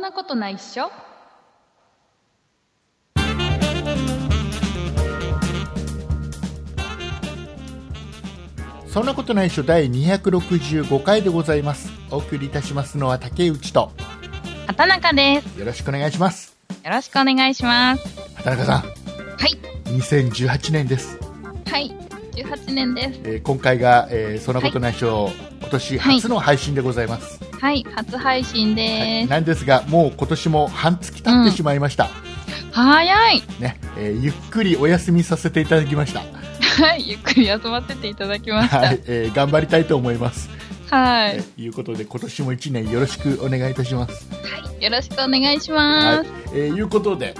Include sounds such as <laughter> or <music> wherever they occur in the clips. なことないっしょそんなことないっしょ第265回でございますお送りいたしますのは竹内と畑中ですよろしくお願いしますよろしくお願いします畑中さはいん2018年です、はい18年ですえー今回が、えーそんなことないっしょ、今年初の配信でございます、はい初配信はでいす、なんですがもう今年も半月経ってしまいました、早いね、えーゆっくりお休みさせていただきましたはいゆっくり休ませていただきましたはい、えー頑張りたいと思います、はい、えーいうことで今年も1年よろしくお願いいたしますはい、よろしくお願いしはまいす、、えーいうことで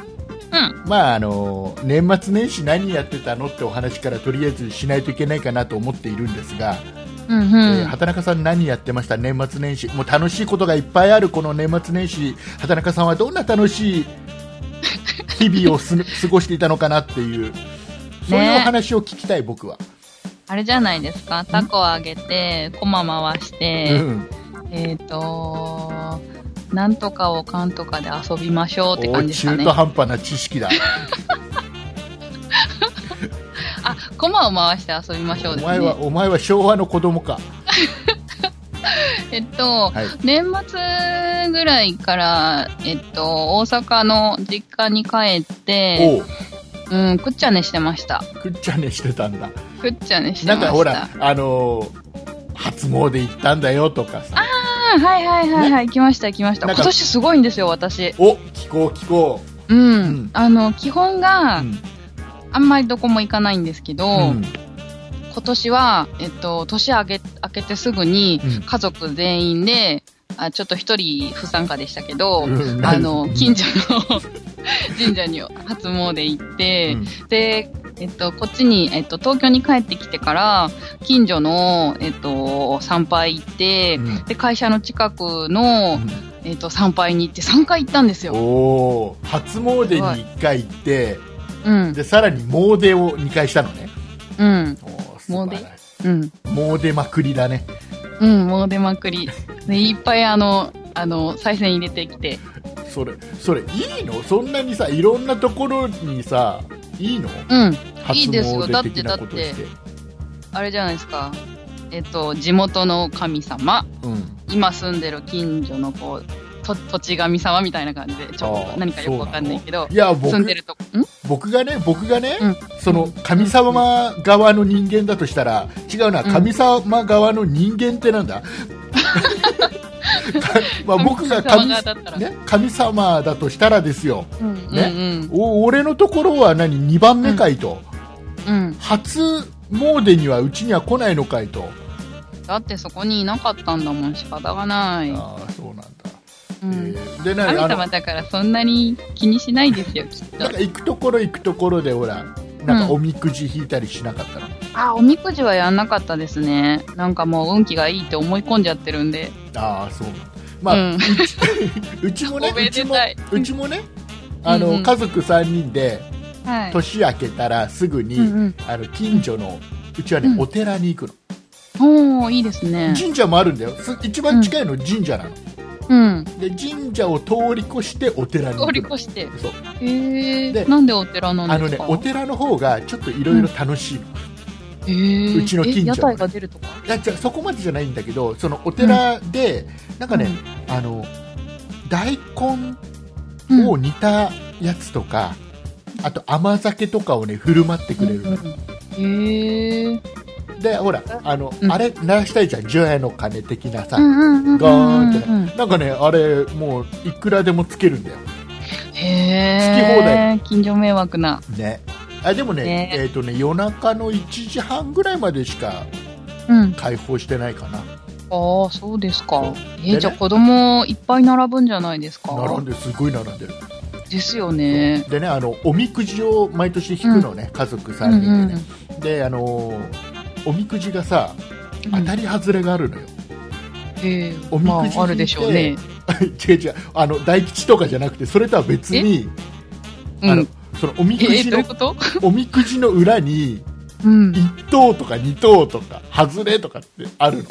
うんまああの年末年始何やってたのってお話からとりあえずしないといけないかなと思っているんですが、うんうん、えー畑中さん何やってました年末年始もう楽しいことがいっぱいあるこの年末年始畑中さんはどんな楽しい日々をす過ごしていたのかなっていうそういうお話を聞きたい僕は、あれじゃないですかタコをあげてコマ回しうて、ん、えっ、ー、となんとかをかんとかで遊びましょうってお感じですか中ね途半端な知 <laughs> 識だあ、コマを回して遊びましょうおです前ねは。お前は昭和の子供かえっと、はい年末ぐらいから、えっと、大阪の実家に帰って、おううん、くっちゃねしてました。くっちゃねしてたんだくっちゃねしてまなんした。かほらあのー初詣行ったんだよとかさあーはいはいはいはい、来ました来ました。なん今か年すごいんですよ、私。お聞こう聞こうん。うんあの、基本う、が、うんあんまりどこも行かないんですけど、うん今年は、えっと、年明け、明けてすぐにうん、家族全員で、あちょっと一人不参加でしたけど、うんあの、うん近所の <laughs> 神社に初詣行って、で、えっと、こっちに、えっと、東京に帰ってきてから、近所の、えっと、参拝行って、うんで、会社の近くの、えっと、参拝に行って、3回行ったんですうんよ。おお初詣に1回行ってうん。でさらに詣を2回したのねうん。おー素晴らしうん。い詣まくりだねうん、もう出まくり。で、いっぱいあの、あの、再銭入れてきて。それそれいいのそんなにさいろんなところにさいいのうん。初いいですよ詣的なことだっしててあれじゃないですか。えっと、地元の神様。うん今住んでる近所のこうと土地神様みたいな感じでちょっあとー何かよくわかんないけどいや住僕んでるとこん僕がね僕がね、うんその神様側の人間だとしたら違うなうん神様側の人間ってな <laughs> んだ、かまあ、僕が神様側神だったらね、神様だとしたらですようんうんお俺のところは何2番目かいうんうと、ん初詣にはうちには来ないのかいと、だってそこにいなかったんだもん仕方がない、うああそうなんだ、えん、ーでね神あの様だからそんなに気にしないですよきっと <laughs> なんか行くところ行くところでほらなんかおみくじ引いたりしなかったの、あおみくじはやんなかったですねなんかもう運気がいいって思い込んじゃってるんでああそうまあ、うんうち <laughs> うちもね <laughs> おめうちでもたいうちもねあの、うんうん家族3人ではい年明けたらすぐに、うんあの近所のうちはね、うんお寺に行くのうんおーいいですね神社もあるんだよす一番近いの神社なの、うんで神社を通り越してお寺に行通くりの越してそうへえでなんでお寺なあんのですねかお寺の方がちょっといろいろ楽しいの、へーうちの近所え屋台が出るとかいやじゃそこまでじゃないんだけどそのお寺で、なんかね、あの大根うんを煮たやつとか、あと甘酒とかをね振る舞ってくれる、へえ。でほらあの、うんあれ鳴らしたいじゃん除夜の鐘的なさ、んゴーンってななんかねあれもういくらでもつけるんだよへえ。好き放題。近所迷惑な。ねあでもねねえっ、とね夜中の1時半ぐらいまでしかうん。開放してないかなああ、そうですそうか。でえねー、じゃあ子供いっぱい並ぶんじゃないですか。並んですごい並んでる、ですよね。でねあのおみくじを毎年引くのね、家族3人でね、であのーおみくじがさうん当たり外れがあるのよ、 <laughs> ええおみくじまあ、あるでしょうね。違う違うあの大吉とかじゃなくてそれとは別にうあのん。そのおみ <laughs> えくー、じどのういう <laughs> ことおみくじの裏にうん。 1等とか2等とか外れとかってあるの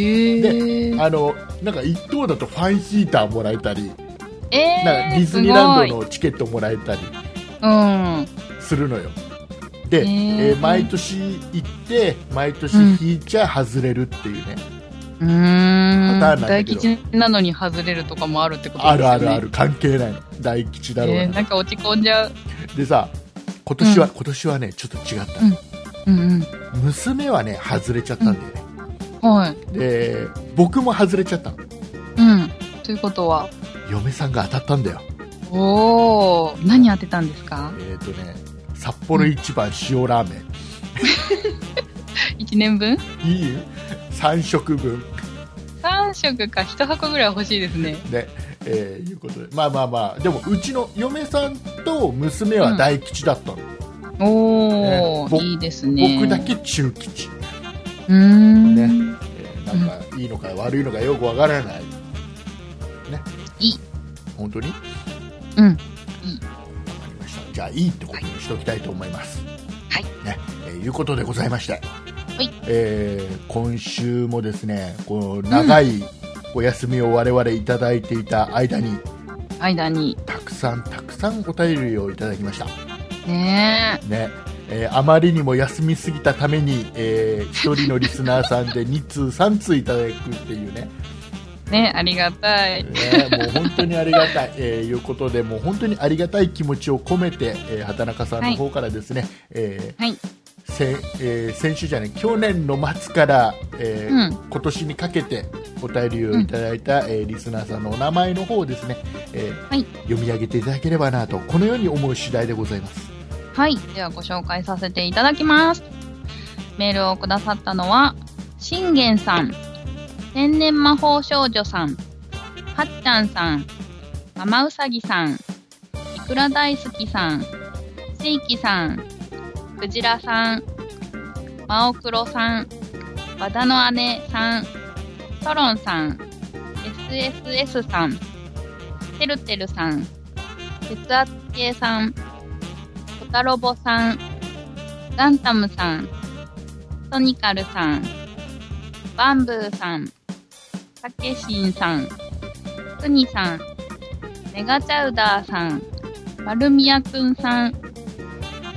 ええ。あのなんか1等だとファンヒーターもらえたりえー、だからディズニーランドのチケットもらえたりすごいうん。するのよで、えへーー毎年行って毎年引いちゃ外れるっていうね、うーん。パターンなんだ大けど吉なのに外れるとかもあるってことですよあね。るあるある関係ないの大吉だろうな、えーなんか落ち込んじゃう。でさ今年は、う今年はねちょっと違った、うん娘はね外れちゃったんだよね、うん。はい。で僕も外れちゃったのうん。ということは、嫁さんが当たったんだよおお、何当てたんですかえっ、とね札幌一番塩ラーメン、 ?1 年分いい ?3 食分 ?3 食か1箱ぐらい欲しいですね。で、えーいうことでまあまあまあでもうちの嫁さんと娘は大吉だったの、おお、ねぼいいですね。僕だ。け中吉、うーん。ねえーなんかいいのか悪いのかよくわからないねいい本当にわうん。かりましたじゃあいいってことにしておきたいと思いますはいねえーいうことでございましていえー今週もですねこう長いお休みを我々いただいていた間に、間に。たくさんたくさんお便りをいただきましたねねえーあまりにも休みすぎたために、えー一人のリスナーさんで2通3通いただくっていうねえ。ねえ、ありがたい。ねもう本当にありがたい、えーいうことでもう本当にありがたい気持ちを込めて、えー畑中さんの方からですね、えーはいせえー先週じゃない去年の末から、えーうん今年にかけてお便りをいただいた、えーリスナーさんのお名前の方をですね、えーはい読み上げていただければなとこのように思う次第でございます。はい。ではご紹介させていただきます。メールをくださったのは、信玄さん、天然魔法少女さん、はっちゃんさん、ママウサギさん、いくら大好きさん、スイキさん、クジラさん、マオクロさん、和田の姉さん、トロンさん、SSS さん、てるてるさん、血圧計さん、コタロボさん、ガンタムさん、ソニカルさん、バンブーさん、たけしんさん、くにさん、メガチャウダーさん、丸宮くんさん、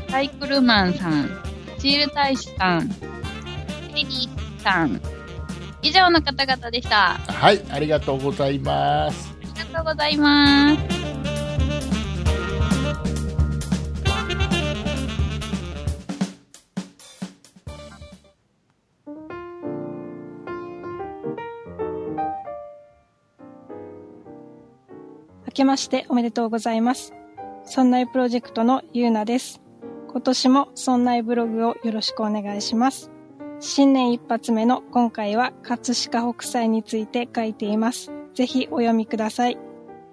サイクルマンさん、チール大使さん、リリーさん、以上の方々でした。あはい、ありがとうございます。りがとうございます。明けましておめでとうございます。村内プロジェクトのゆうなです。今年も村内ブログをよろしくお願いします。新年一発目の今回は葛飾北斎について書いています。ぜひお読みください。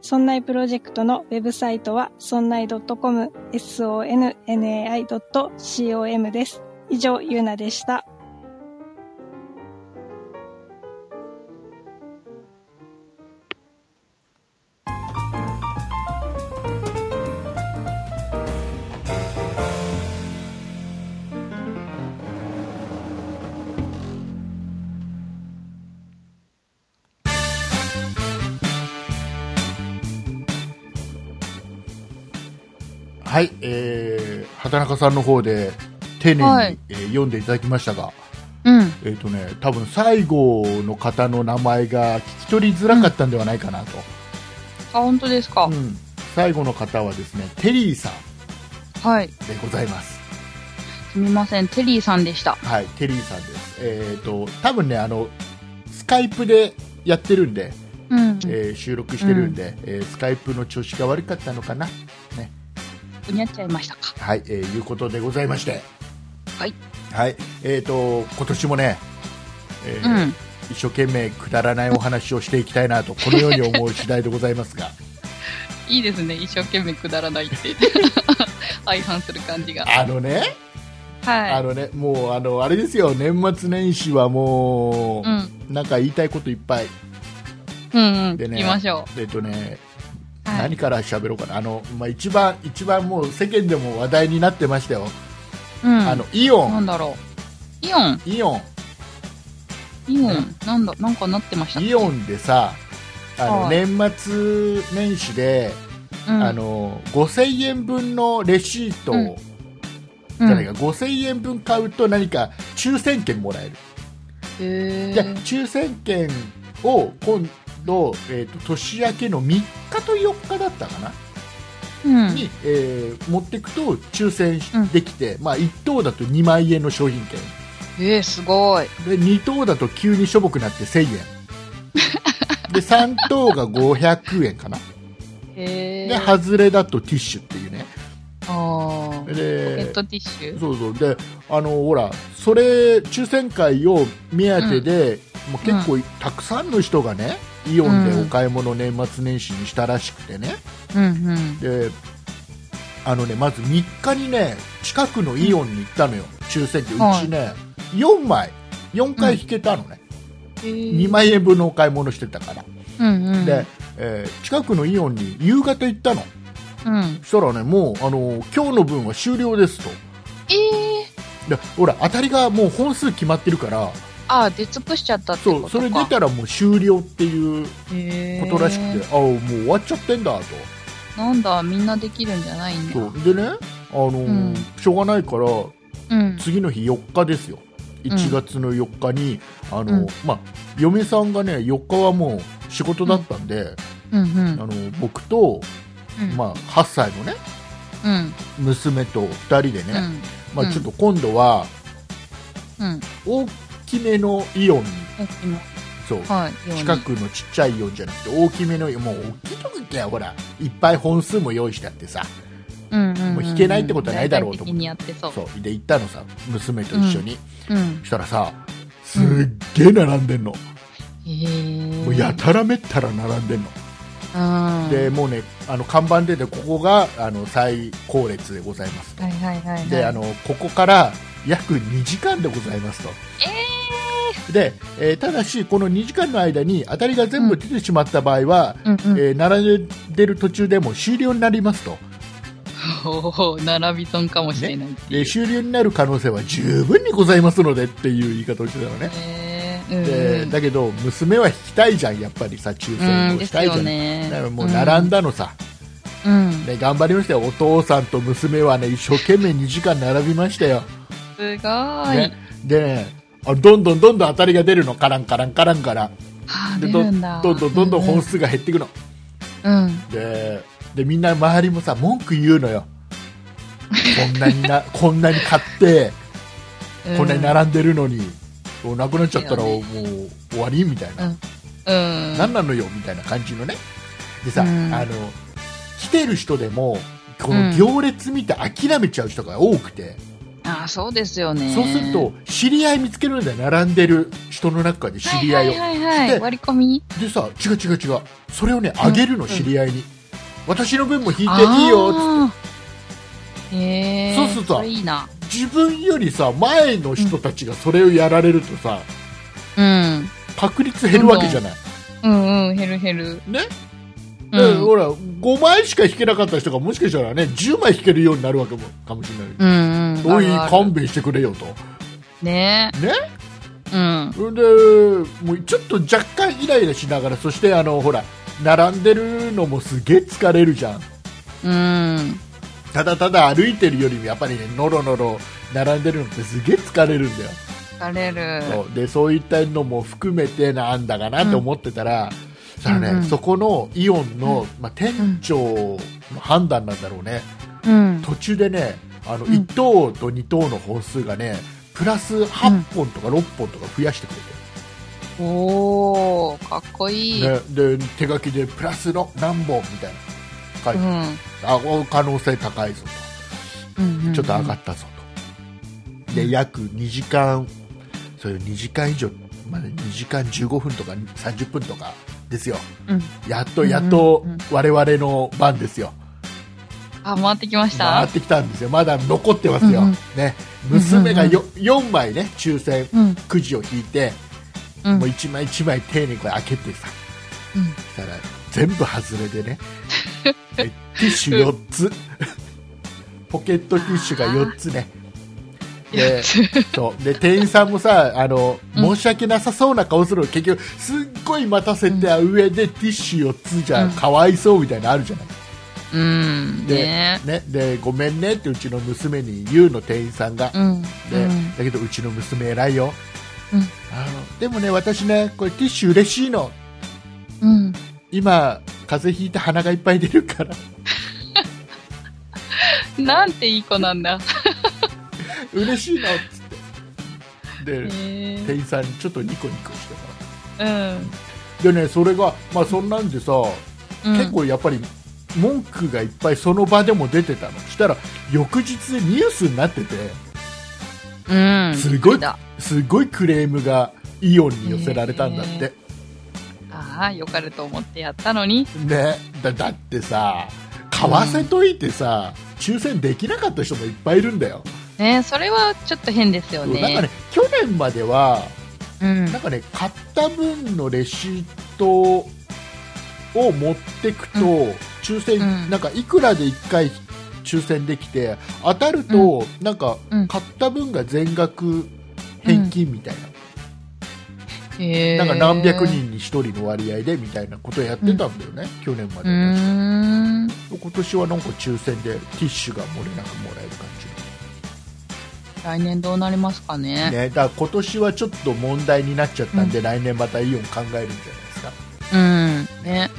村内プロジェクトのウェブサイトは村内 .com、sonnai.com です。以上、ゆうなでした。はい、えー、畑中さんの方で丁寧に、はいえー読んでいただきましたが、うん。えっ、とね、多分最後の方の名前が聞き取りづらかったんではないかなと。あ、本当ですかうん。最後の方はですね、テリーさんはい。でございます。すみません。テリーさんでした。はい、テリーさんです。えっ、と、多分ね、あの、スカイプでやってるんで、うん。うえー収録してるんで、えースカイプの調子が悪かったのかな。にゃっちゃいましたか。はい、えーいうことでございまして。はい。はい、えっ、と、今年もね、えうーん。一生懸命くだらないお話をしていきたいなと、このように思う次第でございますが、いいですね。一生懸命くだらないって。 <laughs> 相反する感じが。あのね、あはのね、もう、あの、あれですよ、年末年始はもい。うん。う、なんか言いたいこといっぱい。うんうん。で行ねきましょえっとね、う。は何い。から喋ろうかな。あの、まあ、一番、一番もう世間でも話題になってましたよ。うん。あの、イオなン、んだろう。イオン、イオン、イオうン、なんだ、なんかなってましたっけイオンでさ、あのはい年末年始で、うんあの5000円分のレシートを、うんじゃないか5000円分買うと何か抽選券もらえる、うんへでー抽選券を今度、えー、と年明けの3日と4日だったかな、うんに、えー持ってくと抽選できて、まあ、1等だと2万円の商品券えー、すごい。で2等だと急にしょぼくなって1000円で3等が500円かな <laughs> へえ。で外れだとティッシュっていうねあーポケでットティッシュ。そうそうであのほらそれ抽選会を目当てで、もう結構たくさんの人がねイオンでお買い物年末年始にしたらしくてね、うんうん。であのねまず3日にね近くのイオンに行ったのよ抽選券うはいちね、4枚4回引けたのね、 2 2万円分のお買い物してたから、うんうん。で、えー近くのイオンに夕方行ったのうん。そしたらねもうあの今日の分は終了ですとええー。でほら当たりがもう本数決まってるからあー、出尽くしちゃったってことそうか。それ出たらもう終了っていうことらしくて、て。ああもう終わっちゃってんだとなんだ、みんなできるんじゃないんだ。そうでねあのー、うんしょうがないからうん。次の日4日ですよ1月の4日に、あのーうんまあ、嫁さんがね4日はもう仕事だったんで、うんうあのん。ー僕と、うんまあ、8歳のねうん。娘と2人でうね、ん。まうあ、んちょっと今度はうん。大きめのイオンに今そうはい。ように近くのちっちゃいイオンじゃなくて大きめのイオンもう大きいとこ行けよほらいっぱい本数も用意してあってさうんうんんもう弾けないってことはないだろうと思っ大体的てにやってそう。そうで行ったのさ娘と一緒に、うん。したらさすっげえ並んでんの、へえ。もうやたらめったら並んでんの、うん。でもうねあの看板出てここがあの最高列でございますと、はいはいはいはい。であのここから約2時間でございますと、でえーただし、この2時間の間に当たりが全部出てしまった場合は、うんうん。えー並んでる途中でもう終了になりますと、おお並び損かもしれないっていでう。終了になる可能性は十分にございますのでっていう言い方をしてたのね、へでえ。だけど、娘は引きたいじゃん、やっぱりさ、抽うん。う選んをでしすたいじゃよん、ねだからもう並んだのさ、うん。ね、頑張りましたよ、お父さんと娘はね、一生懸命2時間並びましたよ。すごいね。、でねあどんどんどんどん当たりが出るのカランカランカランカランはあ、で出どるんだ。どんどんどんどん本数が減っていくの、うん。ででみんな周りもさ文句言うのよこんな <laughs> になこんなに買ってうん。こんなに並んでるのに、おなくなっちゃったら、そうもうね終わりみたいな、うんうん。何なのよみたいな感じのねでさ、うんあの来てる人でもこうのん行列見て諦めちゃう人が多くて、ああ、そうですよね。そうすると知り合い見つけるんだよ並んでる人の中で知はいり合いを、はいはいはでい。割り込みでさ違う違う違うそれをねんあげるの知り合いに、私の分も引いあていいよっつっーへえ。そうするとそれいいな。て自分よりさ前の人たちがそれをやられるとさうん。確率減るわけじゃない、うんうん、減る減る。ねうでん。ほら5枚しか引けなかった人がもしかしたらね10枚引けるようになるわけもかもしれない、うんうん。おいあるある勘弁してくれよとねねうん。でもうちょっと若干イライラしながらそしてあのほら並んでるのもすげえ疲れるじゃんうん。ただただ歩いてるよりもやっぱりねのろのろ並んでるのってすげえ疲れるんだよ疲れる。そうでそういったのも含めてなんだかなと思ってたら、そしたらねうんうんそこのイオンの、まあ、店長の判断なんだろうね、うん。途中でねあのうん1等と2等の本数がねプラス8本とか6本とか増やしてくれて、おおかっこいい。ね、で手書きでプラスの何本みたいな書ういてん。あお可能性高いぞと。うんうんちょっと上がったぞと、で約2時間、そういう2時間以上、まあね、2時間15分とか30分とかですよ、うんやっとやっとうんうん我々の番ですよ、あ、回ってきました。回ってきたんですよ、まだ残ってますよ、うんうんね、娘がよ、4枚ね、抽選うん。くじを引いて、うんもう。1枚1枚丁寧にこれ開けてさ、うんしたら全部外れでね、でティッシュ4つ、ポケットティッシュが4つね。やつ。そうで店員さんもさあの申し訳なさそうな顔するの結局すっごい待たせて、上でティッシュ4つじゃ、うんかわいそうみたいなのあるじゃない、 <laughs> うん。でねね、でごめんねってうちの娘に言うの店員さんが、うん。でうんだけどうちの娘偉いよ、うんあのでもね私ねこれティッシュ嬉しいのうん。今風邪ひいて鼻がいっぱい出るから <laughs> なんていい子なんだ。嬉しいのっつってで、へ店員さんにちょっとニコニコしてもらえってでねそれがまあそんなんでさ、うん。結構やっぱり文句がいっぱいその場でも出てたのしたら翌日ニュースになっててうん、うん。すごいだすごいクレームがイオンに寄せられたんだっへて、ああ、よかると思ってやったのに。ねだだってさ買わせといてさ、抽選できなかった人もいっぱいいるんだよ、ねそれはちょっと変ですよそうなんかねね。去年まではうんなんかね買った分のレシートを持ってくと、抽選、うんなんかいくらで1回抽選できて当たると、なんかうん買った分が全額返金みたいな、へえなんか何百人に1人の割合でみたいなことをやってたんだよね、去年まうでね、ーん。今年はなんか抽選でティッシュが漏れなくもらえる感じ、来年どうなりますかね。ね、だから今年はちょっと問題になっちゃったんで、来年またイオン考えるんじゃないですかうん。ね。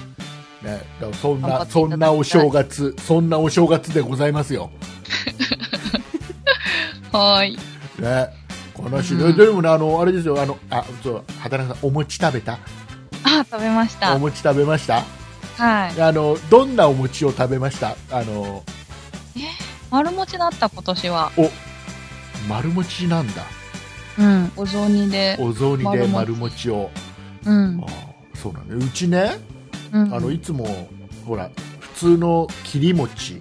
ね、だからそん頑張なっていただきそたいんなお正月そんなお正月でございますよ、はーい。ね、このし、うんでもねあのあれですよあのあそう畑中さんお餅食べたあー、食べましおた。餅食べましたはい。あのどんなお餅を食べましたあの丸餅だった今年は。丸餅なんだうん。お雑煮で。お雑煮で丸丸餅をうん。あーそうなんだうちねうん。あのいつもほら普通の切り餅、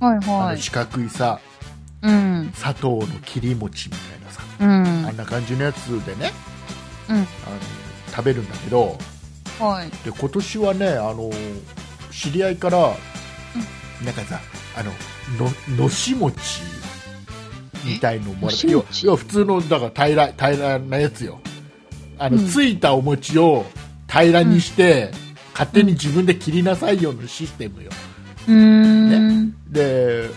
はいあはのい。四角いさうん。砂糖の切り餅みたいなさ、うんあ。んな感じのやつでねうん。あの食べるんだけどはい。で今年はねあの知り合いから、なんかさあのののし餅みたいのをもらってえ要はのし餅要は普通のだから平ら平らなやつよあの、うんついたお餅を平らにして、勝手に自分で切りなさいよのシステムようーん。で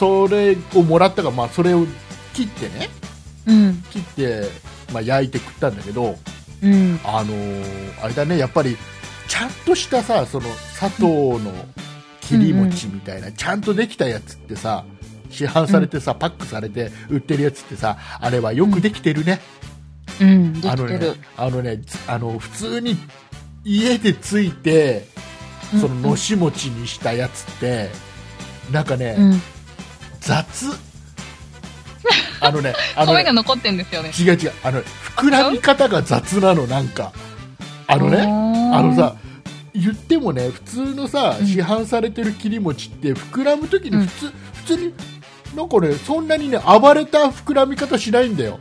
それをもらったから、まあ、それを切ってねうん。切って、まあ、焼いて食ったんだけどうん。あのーあれだねやっぱりちゃんとしたさその砂糖の切り餅みたいな、ちゃんとできたやつってさ市販されてさ、パックされて売ってるやつってさあれはよくできてるね、うん。であきのてねる。あのねつあの普通に家でついてそののし餅にしたやつって、なんかね、うん。うん。雑あのね <laughs> あの米ねが残ってんですよね。違う違うあの膨らみ方が雑なのなんかあのねああのさ言ってもね普通のさうん市販されてる切り餅って膨らむ時に普通、普通になんかねそんなにね暴れた膨らみ方しないん <laughs> だよ。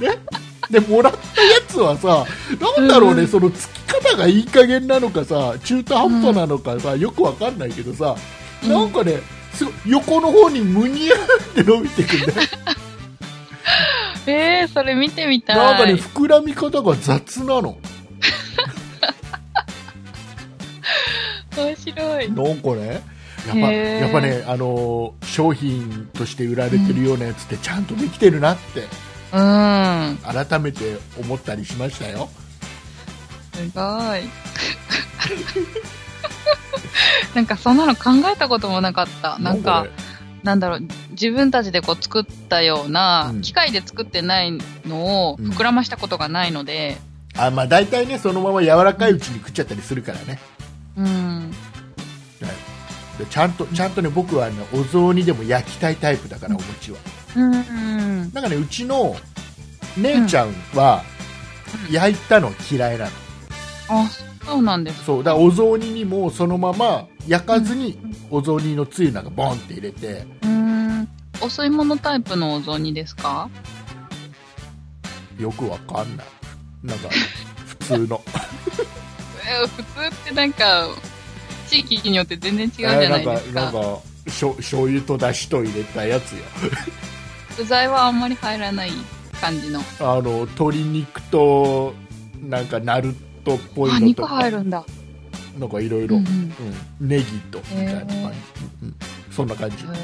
ね、でもらったやつはさなんだろうね、うんそのつき方がいい加減なのかさ中途半端なのかさ、よくわかんないけどさうんなんかね、すごい横の方にむにゃーって伸びて <laughs> くんだよえー、それ見てみたい。なんかね膨らみ方が雑なの面白い。なんかねやっぱへーやっぱね、あのー商品として売られてるようなやつってちゃんとできてるなってうん。改めて思ったりしましたよすごい。 <laughs> なんかそんなの考えたこともなかった。なんか、なんだろう、自分たちでこう作ったような、うん機械で作ってないのをうん膨らましたことがないので、あ、まあ、大体ねそのまま柔らかいうちに食っちゃったりするからねうん。でちゃんとちゃんとね僕はねお雑煮でも焼きたいタイプだからお餅はうん。うん。なんかねうちの姉ちゃんは焼いたの嫌いなの、あ、そうなんです。そうだからお雑煮にもそのまま焼かずにお雑煮のつゆなんかボンって入れて、うん。お吸い物タイプのお雑煮ですかよくわかんないな <laughs> んか普通のえー普通ってなんか、地域によって全然違うじゃえーななんいかですなんか。かしょ醤油とだしと入れたやつよ具材はあんまり入らない感じの。あの鶏肉となんかナルトっぽあ、いの肉と入かるんだ。なんかいろいろうんうんネギとみたいな感じ、へーうんそんな感じへー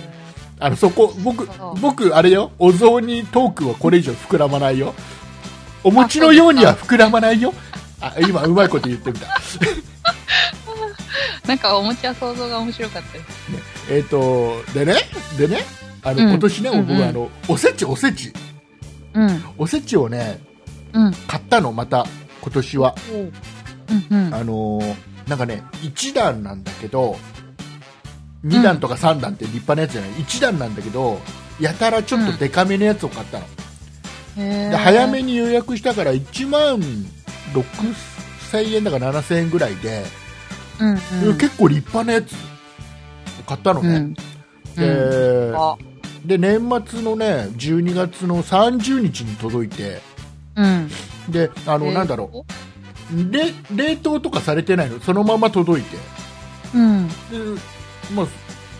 あのそこ僕そう僕あれよお雑煮トークはこれ以上膨らまないよお餅のようには膨らまないよあ今うまいこと言ってみたなんかお餅は想像が面白かったです。えっとでねでねあの、うん今年ね僕、うんうんあのおせちおせちうん。おせちをねうん。買ったのまた今年はうんうん。あのーなんかね1段なんだけど2段とか3段って立派なやつじゃない1段なんだけどやたらちょっとデカめのやつを買ったの、へーで早めに予約したから1万6000円だから7000円ぐらいで、うんうん。結構立派なやつ買ったのうね、ん。うんであで年末のね12月の30日に届いてうん。であの、えーなんだろうれ冷凍とかされてないのそのまま届いてうん。で、まあ、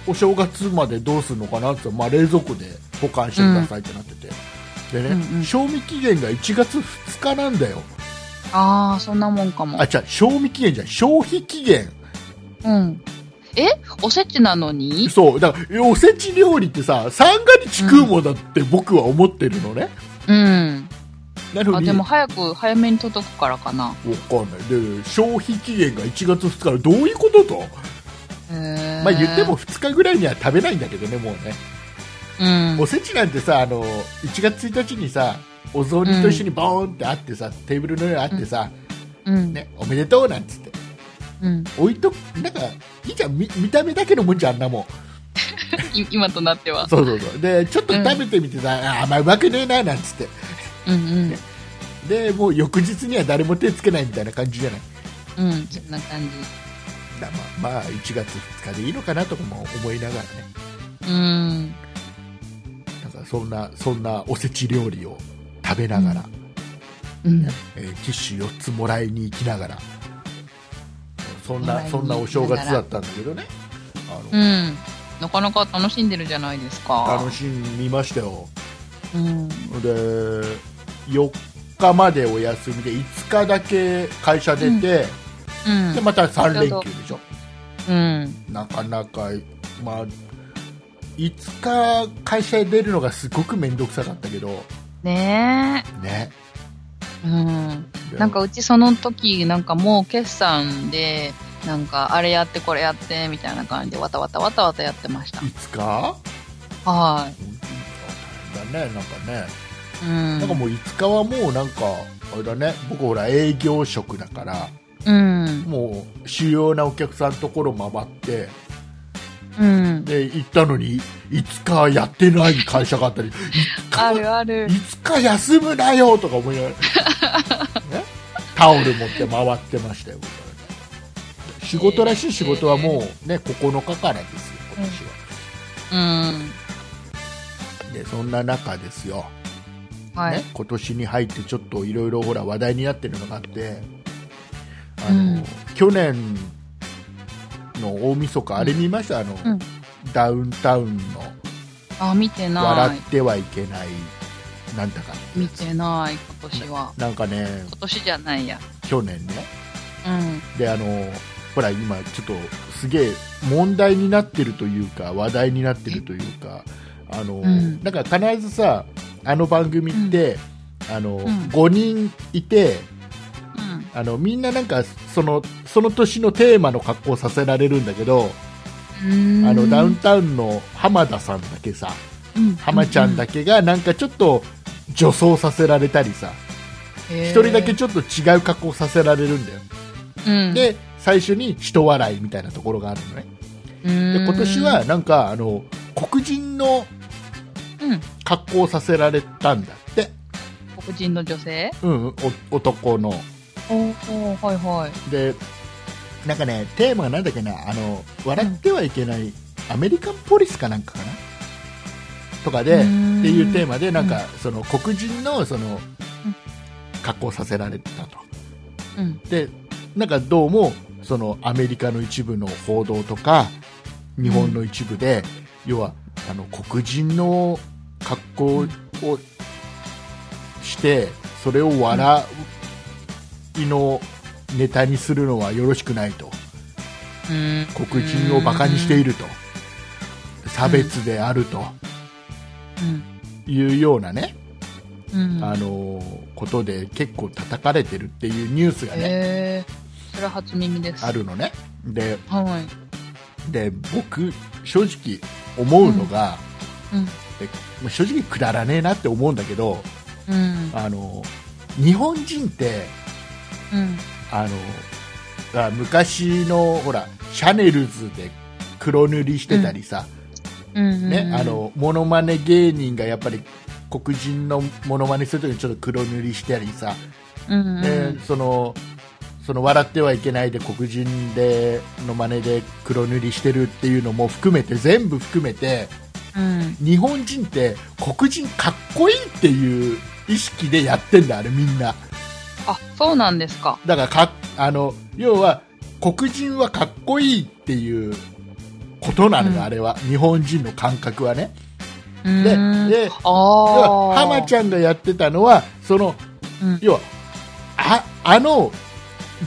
お正月までどうするのかなって言ったら、まあ、冷蔵庫で保管してくださいってなってて、でね、うんうん賞味期限が1月2日なんだよああ、そんなもんかもあ。違う賞味期限じゃない消費期限うん。えおせちなのにそうだからおせち料理ってさ三が日食うもんだって僕は思ってるのね、うん。なのあ、にでも早く、早めに届くからかな。わかんないで消費期限が1月2日どういうことと、へーまあ、言っても、2日ぐらいには食べないんだけどねもううねんお。せちなんてさあの1月1日にさお雑煮と一緒にボーンってあってさ、テーブルの上にあってさ、うん。ね、おめでとうなんつってうん。置いとくなんかいいじゃん見見た目だけのもんじゃんあんなもんい今となっては。そうそうそうでちょっと食べてみてさ、ああまあうまくねえななんつってうんでもう翌日には誰も手つけないみたいな感じじゃないうん。うん。そんな感じ。だまあ、まあ、1月2日でいいのかなとかも思いながらねうん。なんかそんなそんなおせち料理を食べながら、うん。えーティッシュ4つもらいに行きながらそんもらいなにそ行きんながならお正月だったんだけどねあうの、ん。なかなか楽しんでるじゃないですか。楽しみましたようん。で4日までお休みで5日だけ会社出て、うんで。また3連休でしょうん。なかなかまあ5日会社へ出るのがすごく面倒くさかったけどねねえ。うん。なんかうちその時、なんかもう決算で、なんかあれやってこれやってみたいな感じで、わたわたわたわたやってました。 5日は大変だねなんかね、い。うん。なんかもう5日はもうなんかあれだね僕ほら営業職だからうん。もう主要なお客さんのところ回ってうん。で行ったのに5日やってない会社があったりあ5日るある。 5日休むなよとか思い <laughs> ながら、ね、タオル持って回ってましたよ僕はね仕事らしい仕事はもうね9日からですよ今年は、うん。でそんな中ですよ、はい。ね、今年に入ってちょっといろいろほら話題になってるのがあってあの、うん去年の大晦日あれ見ました、あの、うんダウンタウンのあ、見て「笑なってはいけない」なんだかい。見てない、今年は。なんかね今年じゃないや。去年ねうん。であのほら今ちょっとすげえ問題になってるというか話題になってるというかあの、んなんか必ずさあの番組って、あのん5人いてあのみんななんかそのその年のテーマの格好をさせられるんだけど、うん。あのダウンタウンの浜田さんだけさうん、浜ちゃんだけがなんかちょっと女装させられたりさけ一人だけちょっと違う格好させられるんだよ、うん、で最初に人笑いみたいなところがあるのねでで今年は、なんかあの黒人のうん、格好をさせられたんだって、黒人の女性うん、お男のおおはいはい。でなんかねテーマがなんだっけなあの笑ってはいけない、アメリカンポリスかなんかかなとかでうってーんいうテーマでなんか、その黒人のそのうん格好させられたとうん、でなんかどうもそのアメリカの一部の報道とか日本の一部で、要はあの黒人の格好をしてそれを笑いのネタにするのはよろしくないとうん黒人をバカにしていると差別であるとうんいうようなね、うんあのことで結構叩かれてるっていうニュースがね、へえそれは初耳ですあるのねではいで僕正直思うのが、うんでまあ正直くだらねえなって思うんだけどうんあの日本人ってうんあのあ昔のほらシャネルズで黒塗りしてたりさ、うんねあのモノマネ芸人がやっぱり黒人のモノマネするときにちょっと黒塗りしたりさ、うんうんでそのその笑ってはいけないで黒人での真似で黒塗りしてるっていうのも含めて全部含めてうん日本人って黒人かっこいいっていう意識でやってんだあれみんなあそうなんですかだからかあの要は黒人はかっこいいっていうことなのよ、うんあれは日本人の感覚はねででであ要はあ浜ちゃゃんがやってたのはそのんうん要はああの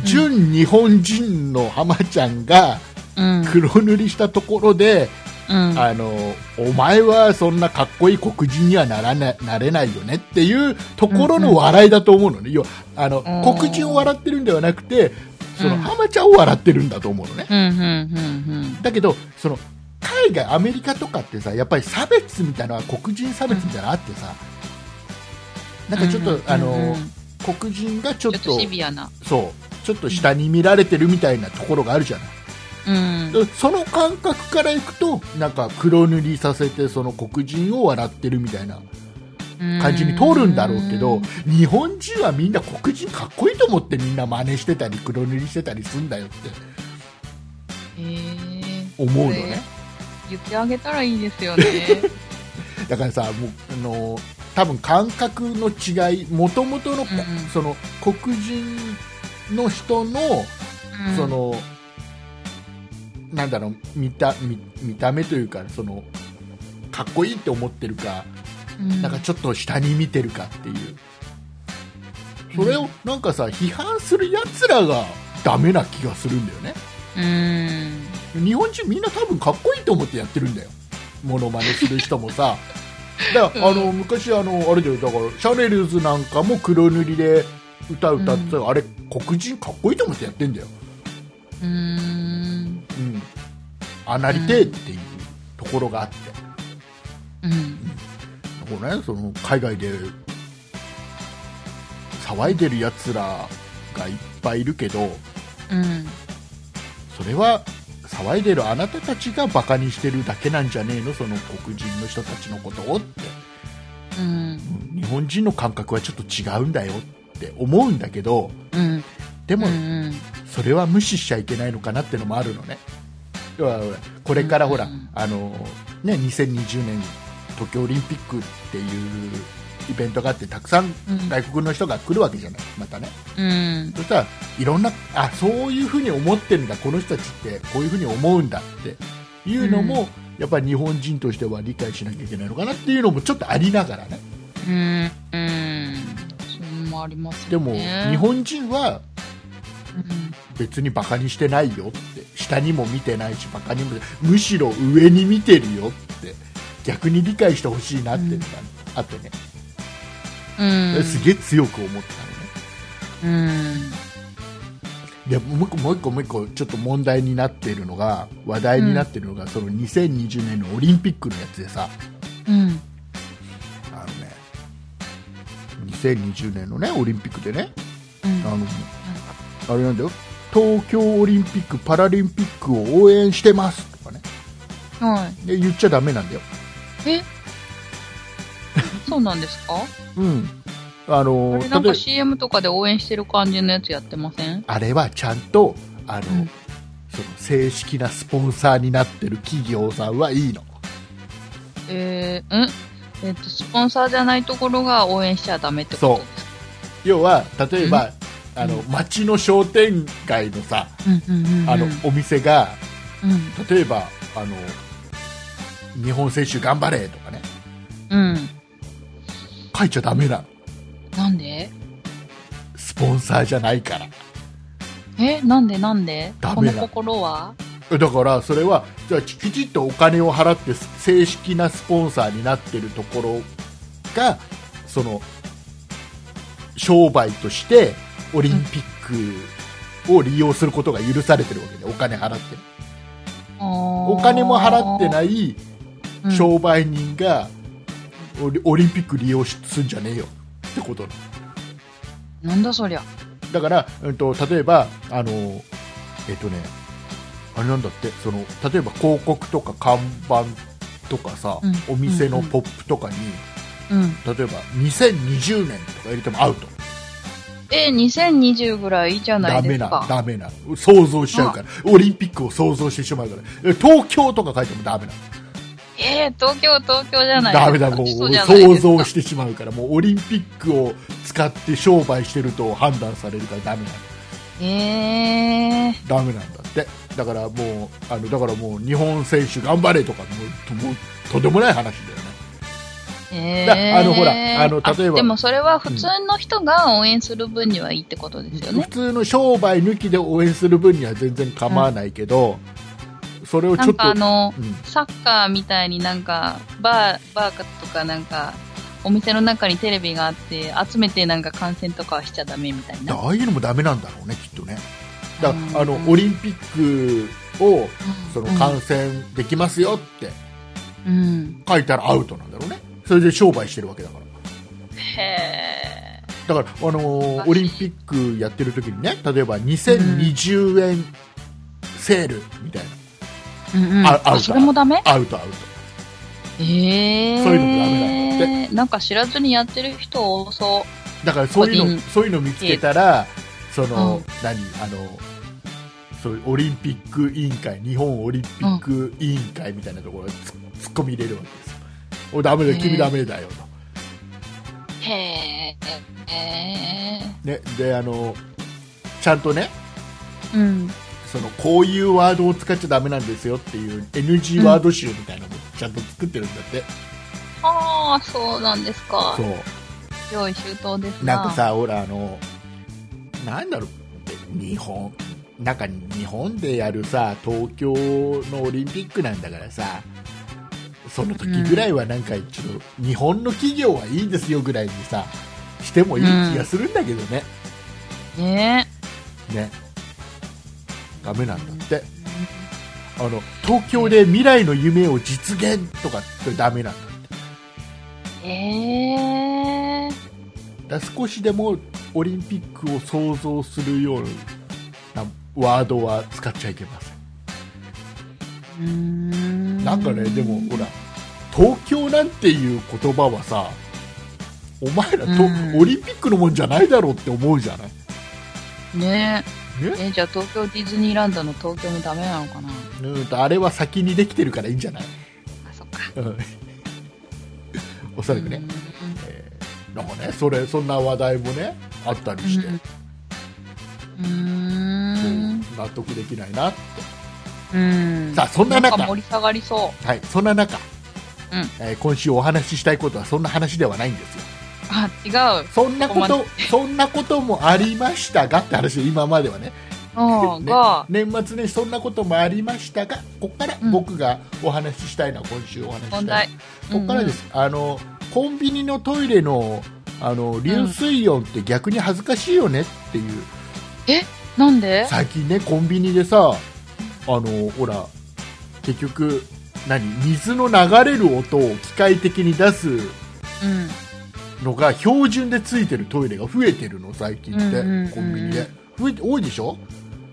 純日本人の浜ちゃんがうん黒塗りしたところで、うんあのお前はそんなかっこいい黒人にはならななれないよねっていうところの笑いだと思うのね、要はあのうん黒人を笑ってるんではなくてそのうん浜ちゃんを笑ってるんだと思うのね、うんうんうんだけどその海外アメリカとかってさやっぱり差別みたいなのは黒人差別みたいなのあってさ、うんなんかちょっと、うんあうんうのん黒人がちょっちょとっとシビアなそうちょっと下に見られてるみたいなところがあるじゃないうんその感覚からいくとなんか黒塗りさせてその黒人を笑ってるみたいな感じに通るんだろうけど、日本人はみんな黒人かっこいいと思ってみんな真似してたり黒塗りしてたりすんだよってへえ思うのね言ってあげたらいいですよねだからさもうあの多分感覚の違いもともとの,、うんうんその黒人の人の、うんそのなんだろう見た見見た目というかそのかっこいいって思ってるかうんなんかちょっと下に見てるかっていうそれをなんかさ批判するやつらがダメな気がするんだよねうん日本人みんな多分かっこいいと思ってやってるんだよモノマネする人もさだからあの昔あのあれだよだからシャネルズなんかも黒塗りで歌歌ってた、あれ黒人かっこいいと思ってやってんだようんうんあなりてえっていうところがあって、うんこうね、その海外で騒いでるやつらがいっぱいいるけどうんそれは騒いでるあなたたちがバカにしてるだけなんじゃねえのその黒人の人たちのことをってうんうん日本人の感覚はちょっと違うんだよって思うんだけどうんでもうんそれは無視しちゃいけないのかなってのもあるのね要はほらこれからほら、うんあのね、2020年東京オリンピックっていうイベントがあってたくさんうん外国の人が来るわけじゃない、またね、うんそしたらいろんな、あそういうふうに思ってるんだ、この人たちってこういうふうに思うんだっていうのも、やっぱり日本人としては理解しなきゃいけないのかなっていうのもちょっとありながらね、うんうんそれもありますでよも、ね日本人はうん別にバカにしてないよって、下にも見てないし、バカにも、むしろ上に見てるよって、逆に理解してほしいなっていうのがあってね、うんすげえ強く思ったのね。うんでもう一個もう一個もう一個ちょっと問題になっているのが話題になっているのが、その2020年のオリンピックのやつでさうんあのね2020年のねオリンピックでねうんあのあれなんだよ東京オリンピック・パラリンピックを応援してますとかねはいで言っちゃダメなんだよえそうなんですかうんああのれなん例えか CM とかで応援してる感じのやつやってませんあれはちゃんとあの、うんその正式なスポンサーになってる企業さんはいいのえー、んえっ、と、スポンサーじゃないところが応援しちゃダメってことですか要は例えば、あの町の商店街のさ、うんうんうんうんあのお店がうん例えばあの日本選手頑張れとかねうん。書いちゃダメなのなんでスポンサーじゃないからえ、なんでなんでダこメのだ心はだからそれはじゃあききちっとお金を払って正式なスポンサーになってるところがその商売としてオリンピックを利用することが許されてるわけでお金払ってるお、お金も払ってないいうん商売人がオリオリンピック利用しすんじゃねえよってことなのなんだそりゃ。だから、うん、と例えばあのえっとねあれなんだってその例えば広告とか看板とかさ、うんお店うのんうんポップとかに、うん。例えば2020年とか入れてもアウトえ、2020ぐらいじゃなダいでメすなか。ダメな想像しちゃうからオリンピックを想像してしまうからえ東京とか書いてもダメなえー、東京、東京じゃないですか。ダメだもうそうじゃないですか想像してしまうか <laughs> らもうオリンピックを使って商売してると判断されるからダメなのえー、ダメなんだってだからもうあのだからもう日本選手頑張れとかもうともうとんでもない話だよねえだー、あのほらあの例えばでもそれは普通の人が応援する分にはいいってことですよ普ね。通の商売抜きで応援する分には全然構わないけど、それをちなょっんとかあの、うんサッカーみたいになんか、バー、バーかとかなんか、お店の中にテレビがあって、集めてなんか観戦とかはしちゃダメみたいだな。ああいうのもダメなんだろうねきっとねだうんあのオリンピックをそのう観ん戦できますよってうん。書いたらアウトなんだろうねそれで商売してるわけだからへだから、あのーオリンピックやってる時にね例えば2020円セールみたいな、ーうんうん、あああるそれもダメアウトアウトえー、そういうのもダメなんなんか知らずにやってる人多そだからそういう個の人そういうの見つけたらその、うん何あのそういうオリンピック委員会日本オリンピック委員会みたいなところにツッツッコミ入れるわけですよおダメだよへー君ダメだよう。へー。へと、ね、であのちゃんとねー。うん。そのこういうワードを使っちゃダメなんですよっていう NG ワード集みたいなのもちゃんと作ってるんだって、ああ、そうなんですか。そう用意周到ですな。なんかさ、ほら、あの、なんだろう、日本、なんか日本でやるさ、東京のオリンピックなんだからさ、その時ぐらいはなんか一応、日本の企業はいいですよぐらいにさ、してもいい気がするんだけどね、ねね。ダメなんだって。あの、東京で未来の夢を実現とかってダメなんだって。え。えー。だから少しでもオリンピックを想像するようなワードは使っちゃいけませんうーんなんかねでもほら東京なんていう言葉はさお前らと、うんオリンピックのもんじゃないだろうって思うじゃないねねえ、じゃあ東京ディズニーランドの東京もダメなのかなうんとあれは先にできてるからいいんじゃない、あ、そっか。うん、おそらくねう、んえーなんかねそれそんな話題もねあったりして、うーん。納得できないなってうん。さあそんな中なんか盛り下がりそはいそんな中、うんえー今週お話ししたいことはそんな話ではないんですよう。あ、違う。そんなこ、こことそんなこともありましたがって話で今まではね。うん、ねが、年末年始そんなこともありましたが、ここからうん僕がお話ししたいのは、今週お話し問した題い。。ここからです。あの、コンビニのトイレの、あの、流水音って逆に恥ずかしいよねっていう。うん。なんで最近ね、コンビニでさ、あの、ほら、結局、何水の流れる音を機械的に出すうん。のが標準でついてるトイレが増えてるの最近って、うんうんうんコンビニで増えて多いでしょ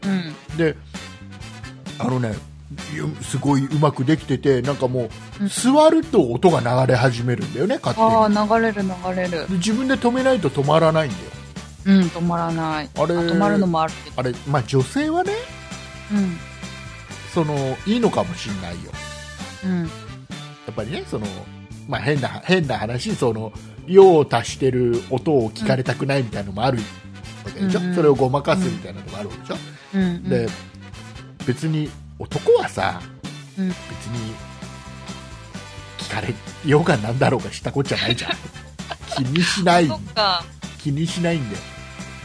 うん。であのねゆすごいうまくできててなんかもううん座ると音が流れ始めるんだよね勝あ手にあ、流れる流れる。で自分で止めないと止まらないんだようん、止まらない。あれあ止まるのもあるけど。あれまあ女性はねうん。そのいいのかもしんないようん。やっぱりねその、まあ、変な変な話その用を足してる音を聞かれたくないみたいなのもあるわけでしょ、うんうんそれをごまかすみたいなのもあるわけでしょ、うん。で別に男はさうん別に聞かれようがなんだろうがしたこっちゃない <laughs> じゃん気にしないそっか。気にしないんだよ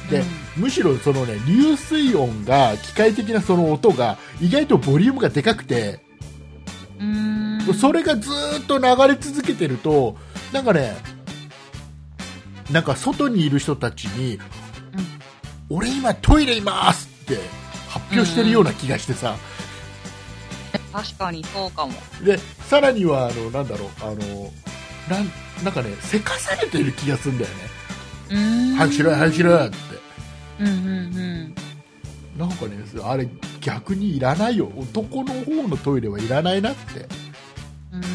うで、んむしろそのね流水音が機械的なその音が意外とボリュームがでかくてうーん。それがずーっと流れ続けてるとなんかねなんか外にいる人たちにうん「俺今トイレいます!」って発表してるような気がしてさ、確かにそうかも。でさらにはあのなんだろうあのなんなんかねせかされてる気がするんだよねうーん。 「早くしろよ早くしろよ」ってうんうんうん。なんかねあれ逆にいらないよ男の方のトイレはいらないなってうー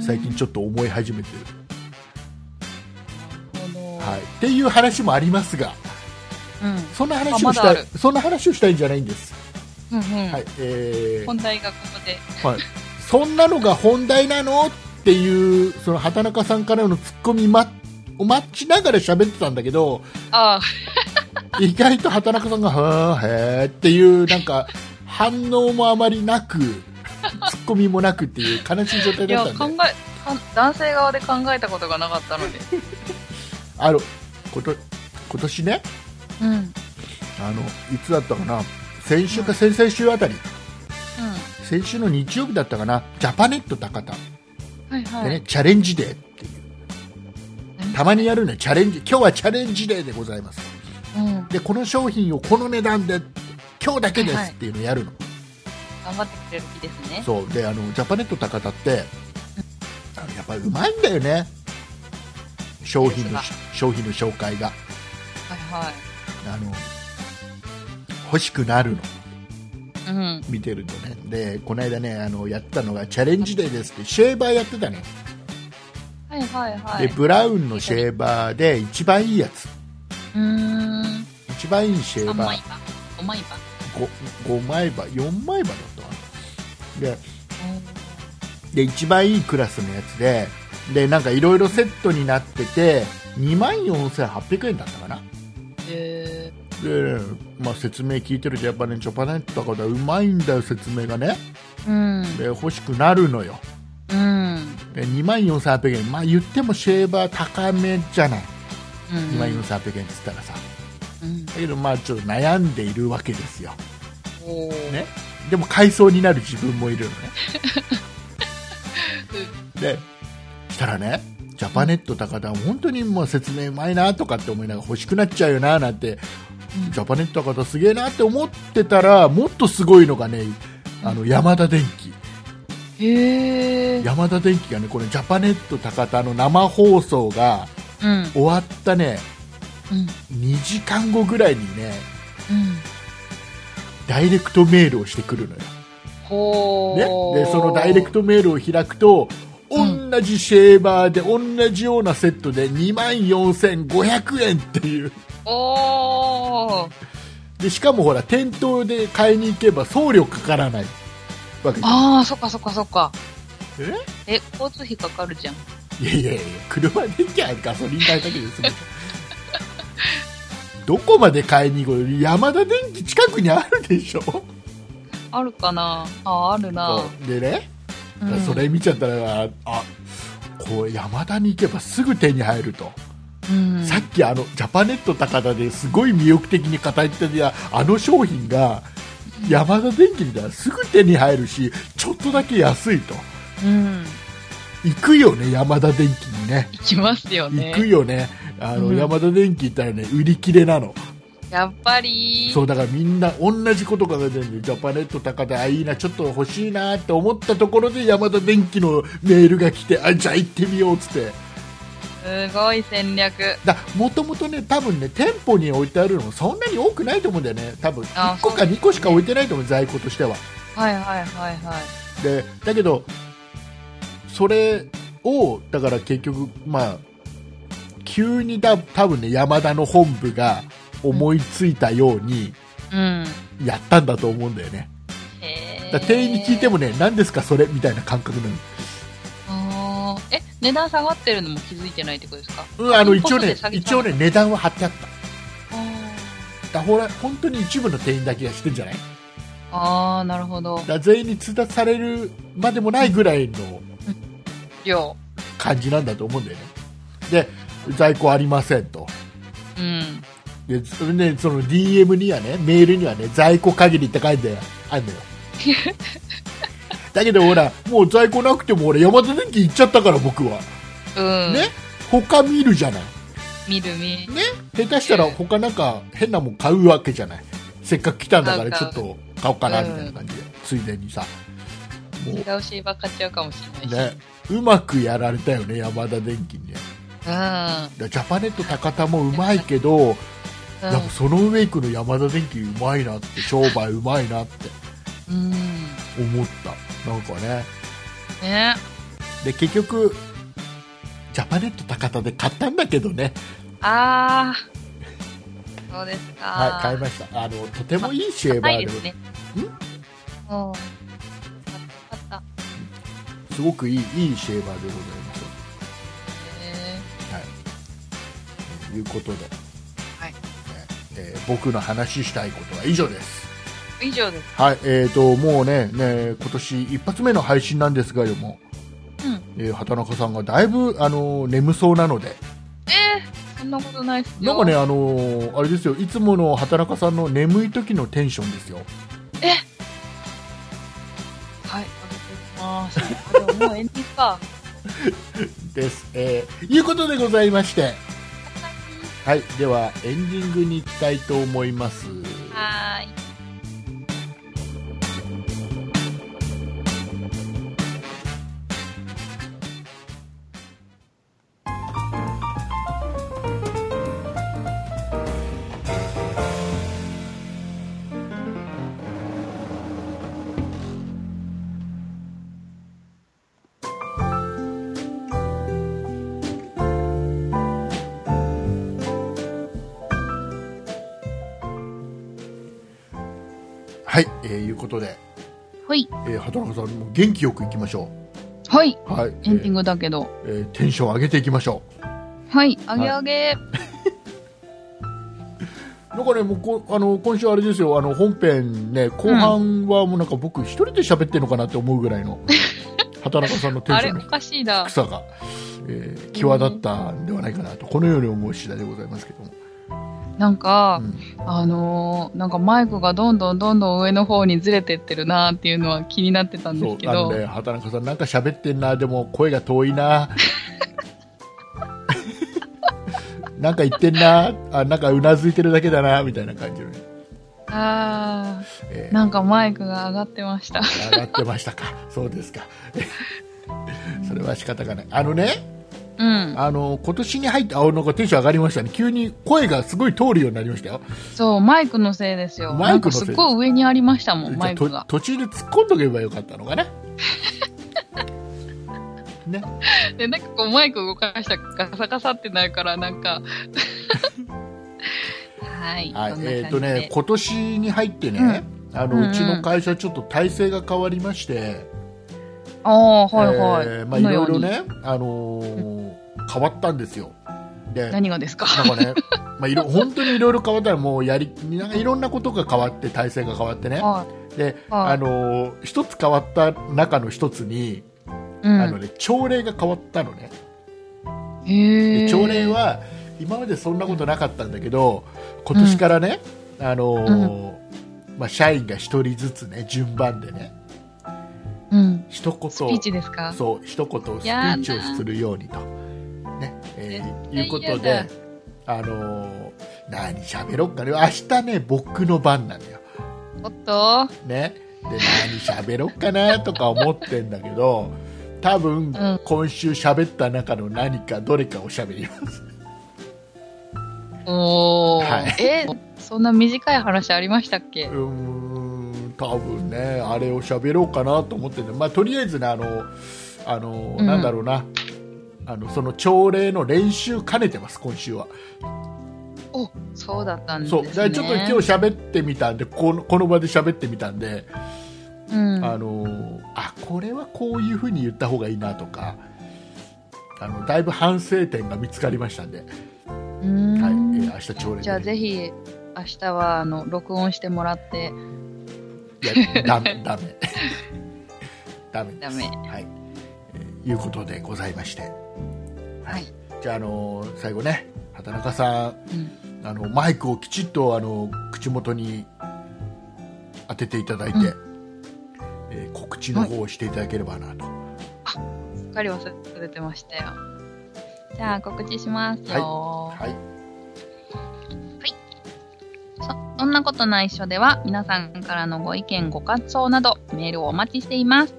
ん最近ちょっと思い始めてる、なるほどはい、っていう話もありますがうんそんなあ話をましだたあい、るそんな話をしたいんじゃないんです、うんうんはいえー本題がここで。はい、そんなのが本題なのっていうその畑中さんからのツッコミまを待ちながら喋ってたんだけどああ、意外と畑中さんが「はあへえ」っていうなんか反応もあまりなくツッコミもなくっていう悲しい状態いだや、っ考たんえで、か男性側で考えたことがなかった <laughs> ので。あのこと今年ねうん。うん。あのいつだったかな先週か先々週あたり先週の日曜日だったかなジャパネット高田はいはでい。ね、チャレンジデーっていうたまにやるねチャレンジ今日はチャレンジデーでございますうん。でこの商品をこの値段で今日だけではいすっていうのやるの、頑張ってくれる気ですね。そうであのジャパネット高田ってあのやっぱりうまいんだよね商品ので商品の紹介がはいはい。あの欲しくなるのうん。見てるとねでこの間ねあのやってたのがチャレンジデーですってシェーバーやってたの、はいはいはい。でうブラウンのシェーバーで一番いいやつーん。一番いいシェ3ーバー枚か。5枚か。 5, 枚刃4枚刃だったかなでで一番いいクラスのやつででなんかいろいろセットになってて2万4800円だったかなえで、まあ、説明聞いてるとやっぱねチョパネットとかだうまいんだよ説明がねー。うん。で欲しくなるのようん。うん。で2万4800円まあ言ってもシェーバー高めじゃない2万うん4800円っつったらさだうん。けどまあちょっと悩んでいるわけですよおー。ねでも改装になる自分もいるのねでしたらねジャパネット高田は本当にもう説明うまいなとかって思いながら欲しくなっちゃうよななんてうんジャパネット高田すげえなって思ってたらもっとすごいのがねあの山田電機へえ。山田電機がねこのジャパネット高田の生放送がうん。終わったねうん。 2時間後ぐらいにねうん。ダイレクトメールをしてくるのよほー。ね、でそのダイレクトメールを開くとうん同じシェーバーで同じようなセットで2万4500円っていうおー。でしかもほら店頭で買いに行けば送料かからないわけじゃんああ、そっかそっかそっか。ええ、交通費かかるじゃん。いやいやいや車で行きゃガソリン代だけですもんどこまで買いに行こう山田電機近くにあるでしょあるかなあーあるなそうでね、うんそれ見ちゃったらあこう山田に行けばすぐ手に入ると。うん。さっきあのジャパネット高田ですごい魅力的に語ってたあの商品が山田電機みたいなすぐ手に入るしちょっとだけ安いとうん。行くよね山田電機にね行きますよね行。くよねあの、うん山田電機行ったらね売り切れなのやっぱり。そうだからみんな同じこと考えてるんでジャパネット高田あいいなちょっと欲しいなって思ったところで山田電機のメールが来てあじゃあ行ってみようっつってすごい戦略。だもともとね多分ね店舗に置いてあるのもそんなに多くないと思うんだよね多分あ1個かそうですね2個しか置いてないと思う在庫としてははいはいはいはい。でだけどそれをだから結局まあ急にだ多分ね山田の本部が思いついたようにうん。やったんだと思うんだよねへだから店員に聞いてもね何ですかそれみたいな感覚なのあーえ、値段下がってるのも気づいてないってことですかうんあの一応ポストねで下げた一応ね値段は貼ってあったあだからほら本当に一部の店員だけがしてんじゃないーああ、なるほど。だから全員に通達されるまでもないぐらいの量。感じなんだと思うんだよね。で、在庫ありませんと。うん。で、それね、その DM にはね、メールにはね、在庫限りって書いて <laughs> あるのよ。だけどほら、もう在庫なくても俺、ヤマト電機行っちゃったから僕は。うん。ね他見るじゃない。見る見る。下手したら他なんか変なもん買うわけじゃない。せっかく来たんだからちょ買うっと買おうかなうんみたいな感じで、ついでにさ。も違うシェーバー買っちゃうかもしれうないし。ね、うまくやられたよね、ヤマダ電機にね。だジャパネット高田もうまいけど、うん。でもその上行くの山田電機うまいなって商売うまいなってうん。うん。思ったなんかねね。で結局ジャパネット高田で買ったんだけどね、ああ。そうですか。はい、買いましたあのとてもいいシェーバないでーですね。んうん。よかったよかっすごくいいいいシェーバーでございますた。へはいということで、はいねえー僕の話したいことは以上ですえ以上です。はいえー、ともうねね今年一発目の配信なんですがよも、うえー畑中さんがだいぶあの眠そうなのでえー、そんなことないっすなよ。んかね、あのーあれですよ、いつもの畑中さんの眠い時のテンションですよ。はい、あげていきます。でももうエンディングか。です。えーいうことでございまして、はい、ではエンディングに行きたいと思います。はーい。はい、えーいうことで、ほいえ。ー畑中さん、もう元気よく行きましょはい。う。はい、エンディング、グだけど。えーテンション上げていきましょはい。あげあげ。う。なんかね、もうこあの今週あれですよ、あの本編ね、後半はもうなんか僕一人で喋ってるのかなって思うぐらいの畑中さんのテンあショれ、ンおのかしいな。草が、えー際立ったんではないかなと、このように思う次第でございますけども。なんか、うんあのーなんかマイクがどんどんどんどん上の方にずれてってるなーっていうのは気になってたんでそうすけなんど。で畑中さんなんか喋ってんなでも声が遠 <laughs> いななんか言ってんなあなんかうなずいてるだけだなみたいな感じのね、あえー、なんかマイクが上がってました。ー上がってましたかそうですかそれは仕方がないあのねうん。あの今年に入って青の子テンション上がりましたね急に声がすごい通るようになりましたよそう、マイクのせいですよ。マイクのせいなんかすっごい上にありましたもん、マイクじゃあが。と途中で突っ込んどけばよかったのかなねで、なんかこうマイク動かしたらガサガサってなるから、なんか。はい。はいそ、んな感じでえっ、とね、今年に入ってね、あうんうのんうちの会社ちょっと体制が変わりまして、ああー、はいはい。えーまどあいのよろいうにろ。ね、あのー変わったんですよ。で、なん何がですかかね、まあいろ本当にいろいろ変わったらもうやり、なんかいろんなことが変わって体制が変わってね、はい。で、はいあのー一つ変わった中の一つに、うんあのね朝礼が変わったのね。へでえ。朝礼は今までそんなことなかったんだけど今年からね、あのーまあ、社員が一人ずつね順番でねうん。一言スピーチですかそう一言スピーチをするようにと、ねえーいう絶こ対嫌とだで、あのー何喋ろっかね明日ね僕の番なんだよ、おっとね、で何喋ろっかなとか思ってんだけど多分、ん今週喋った中の何かどれかを喋りますおお、はいえそんな短い話ありましたっけうーん多分ねあれを喋ろうかなと思ってね、まあ、とりあえずねあのあの、うんなんだろうなあのその朝礼の練習兼ねてます今週は、おそうだったんですそうねだからちょっと今日喋ってみたんでこのこの場で喋ってみたんで、うん、あのあこれはこういうふうに言った方がいいなとかあのだいぶ反省点が見つかりましたんで、うーんはいえー明日朝礼じゃあでぜひ明日はあの録音してもらっていや、ダメ、<laughs> ダメ。ダメです。ダメはい。えーいうことでございまして。はい。じゃあ、あのー最後ね、畑中さん、うんあの、マイクをきちっと、あの、口元に当てていただいて、うんえー告知の方をしていただければなと。すっかり忘れてましたよ。じゃあ告知しますよ。はい。そそんなことないっしょでは皆さんからのご意見ご感想などメールをお待ちしています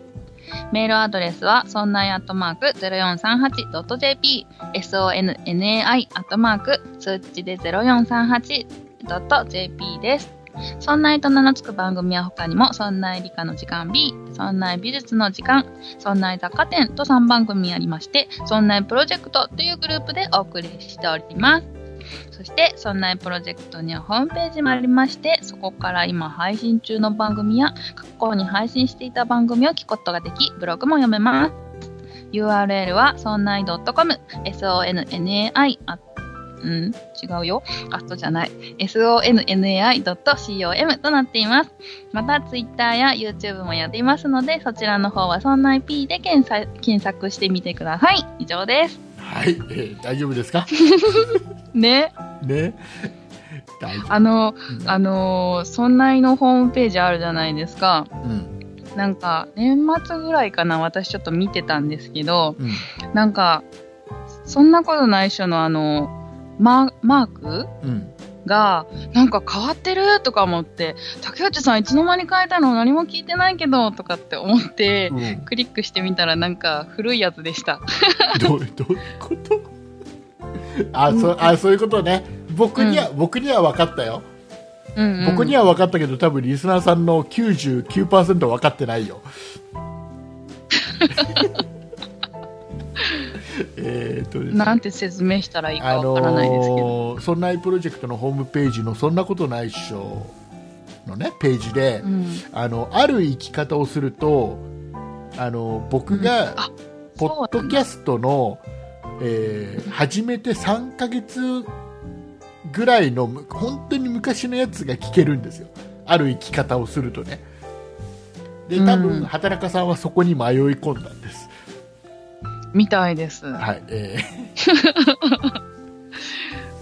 メールアドレスはそんないアットマーク 0438.jp sonnai アットマーク数値で 0438.jp ですそんないと名の付く番組は他にも、そんない理科の時間 B、そんない美術の時間、そんない雑貨店と3番組ありまして、そんないプロジェクトというグループでお送りしております。そして、そんなプロジェクトにはホームページもありまして、そこから今配信中の番組や、過去に配信していた番組を聞くことができ、ブログも読めます。URL は、そんない .com、sonnai、あ、うん、違うよ。あとじゃない。sonnai.com となっています。また、Twitter や YouTube もやっていますので、そちらの方は、そんない P で検索検索してみてください。以上です。はい。えー大丈夫ですかね。ね。大丈あの、夫。あのー、そんないのホームページあるじゃないですか。うん。なんか、年末ぐらいかな、私ちょっと見てたんですけど、うん。なんか、そんなことないっしょのあの、ママークうん。が、なんか変わってるとか思って、竹内さんいつの間に変えたの何も聞いてないけど、とかって思って、うん。クリックしてみたらなんか古いやつでした。どう、どういうことあ、そ、あ、そういうことね。僕には、僕には分かったよ。うん、僕には。は分かったけど多分リスナーさんの99%分かってな <laughs> いよえーっとですねなんて説明したらいいあかわからないですけど。のーそんないプロジェクトのホームページの「そんなことないっしょ」のねページで、うん、あのある生き方をするとあの僕がうんあポッドキャストの、えー始めて3ヶ月ぐらいのむ本当に昔のやつが聞けるんですよある生き方をするとねで多分、うん畑中さんはそこに迷い込んだんですみたいです。はい、え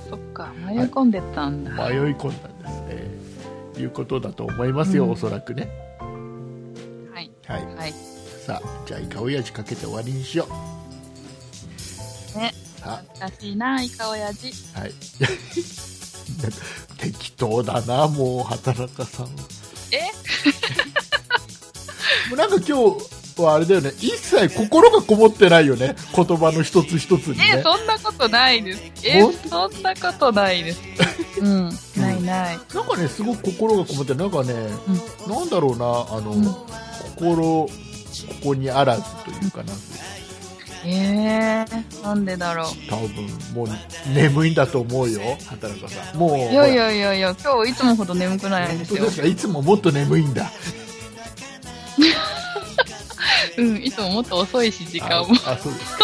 そっか、迷い込んでたん <laughs> だ。ー迷い込んだんですえーいうことだと思いますよ、うんおそらくねはい。はいはい。さあじゃあイカオヤジかけて終わりにしようねさ懐かしいな、イカオヤジ。あはい <laughs> 適当だなもう畑中さんはえ <laughs> もうなんか今日はあれだよね一切心がこもってないよね言葉の一つ一つにえ、ねそんなことないです。え、そんなことないです。うん。ないない。なんかねすごく心がこもってなんかね、なんだろうなあの、ん心ここにあらずというかなえー、なんでだろ多分もう眠いんだと思うよ畑中さんもうう。いやいやいやいや、今日いつもほど眠くないで本す当よで。すかいつももっと眠いんだうん、いつももっと遅いし、時間も。ああそうです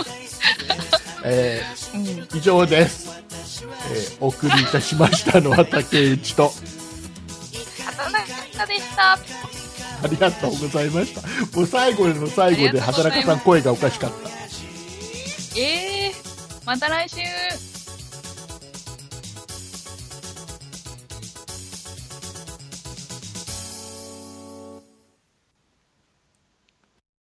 <laughs> かえうん。ー以上です、えーお送りいたしましたのは竹内と働き方でした。ありがとうございました。もう最後の最後で、ありがとうございます働かさん声がおかしかった。えー、また来週。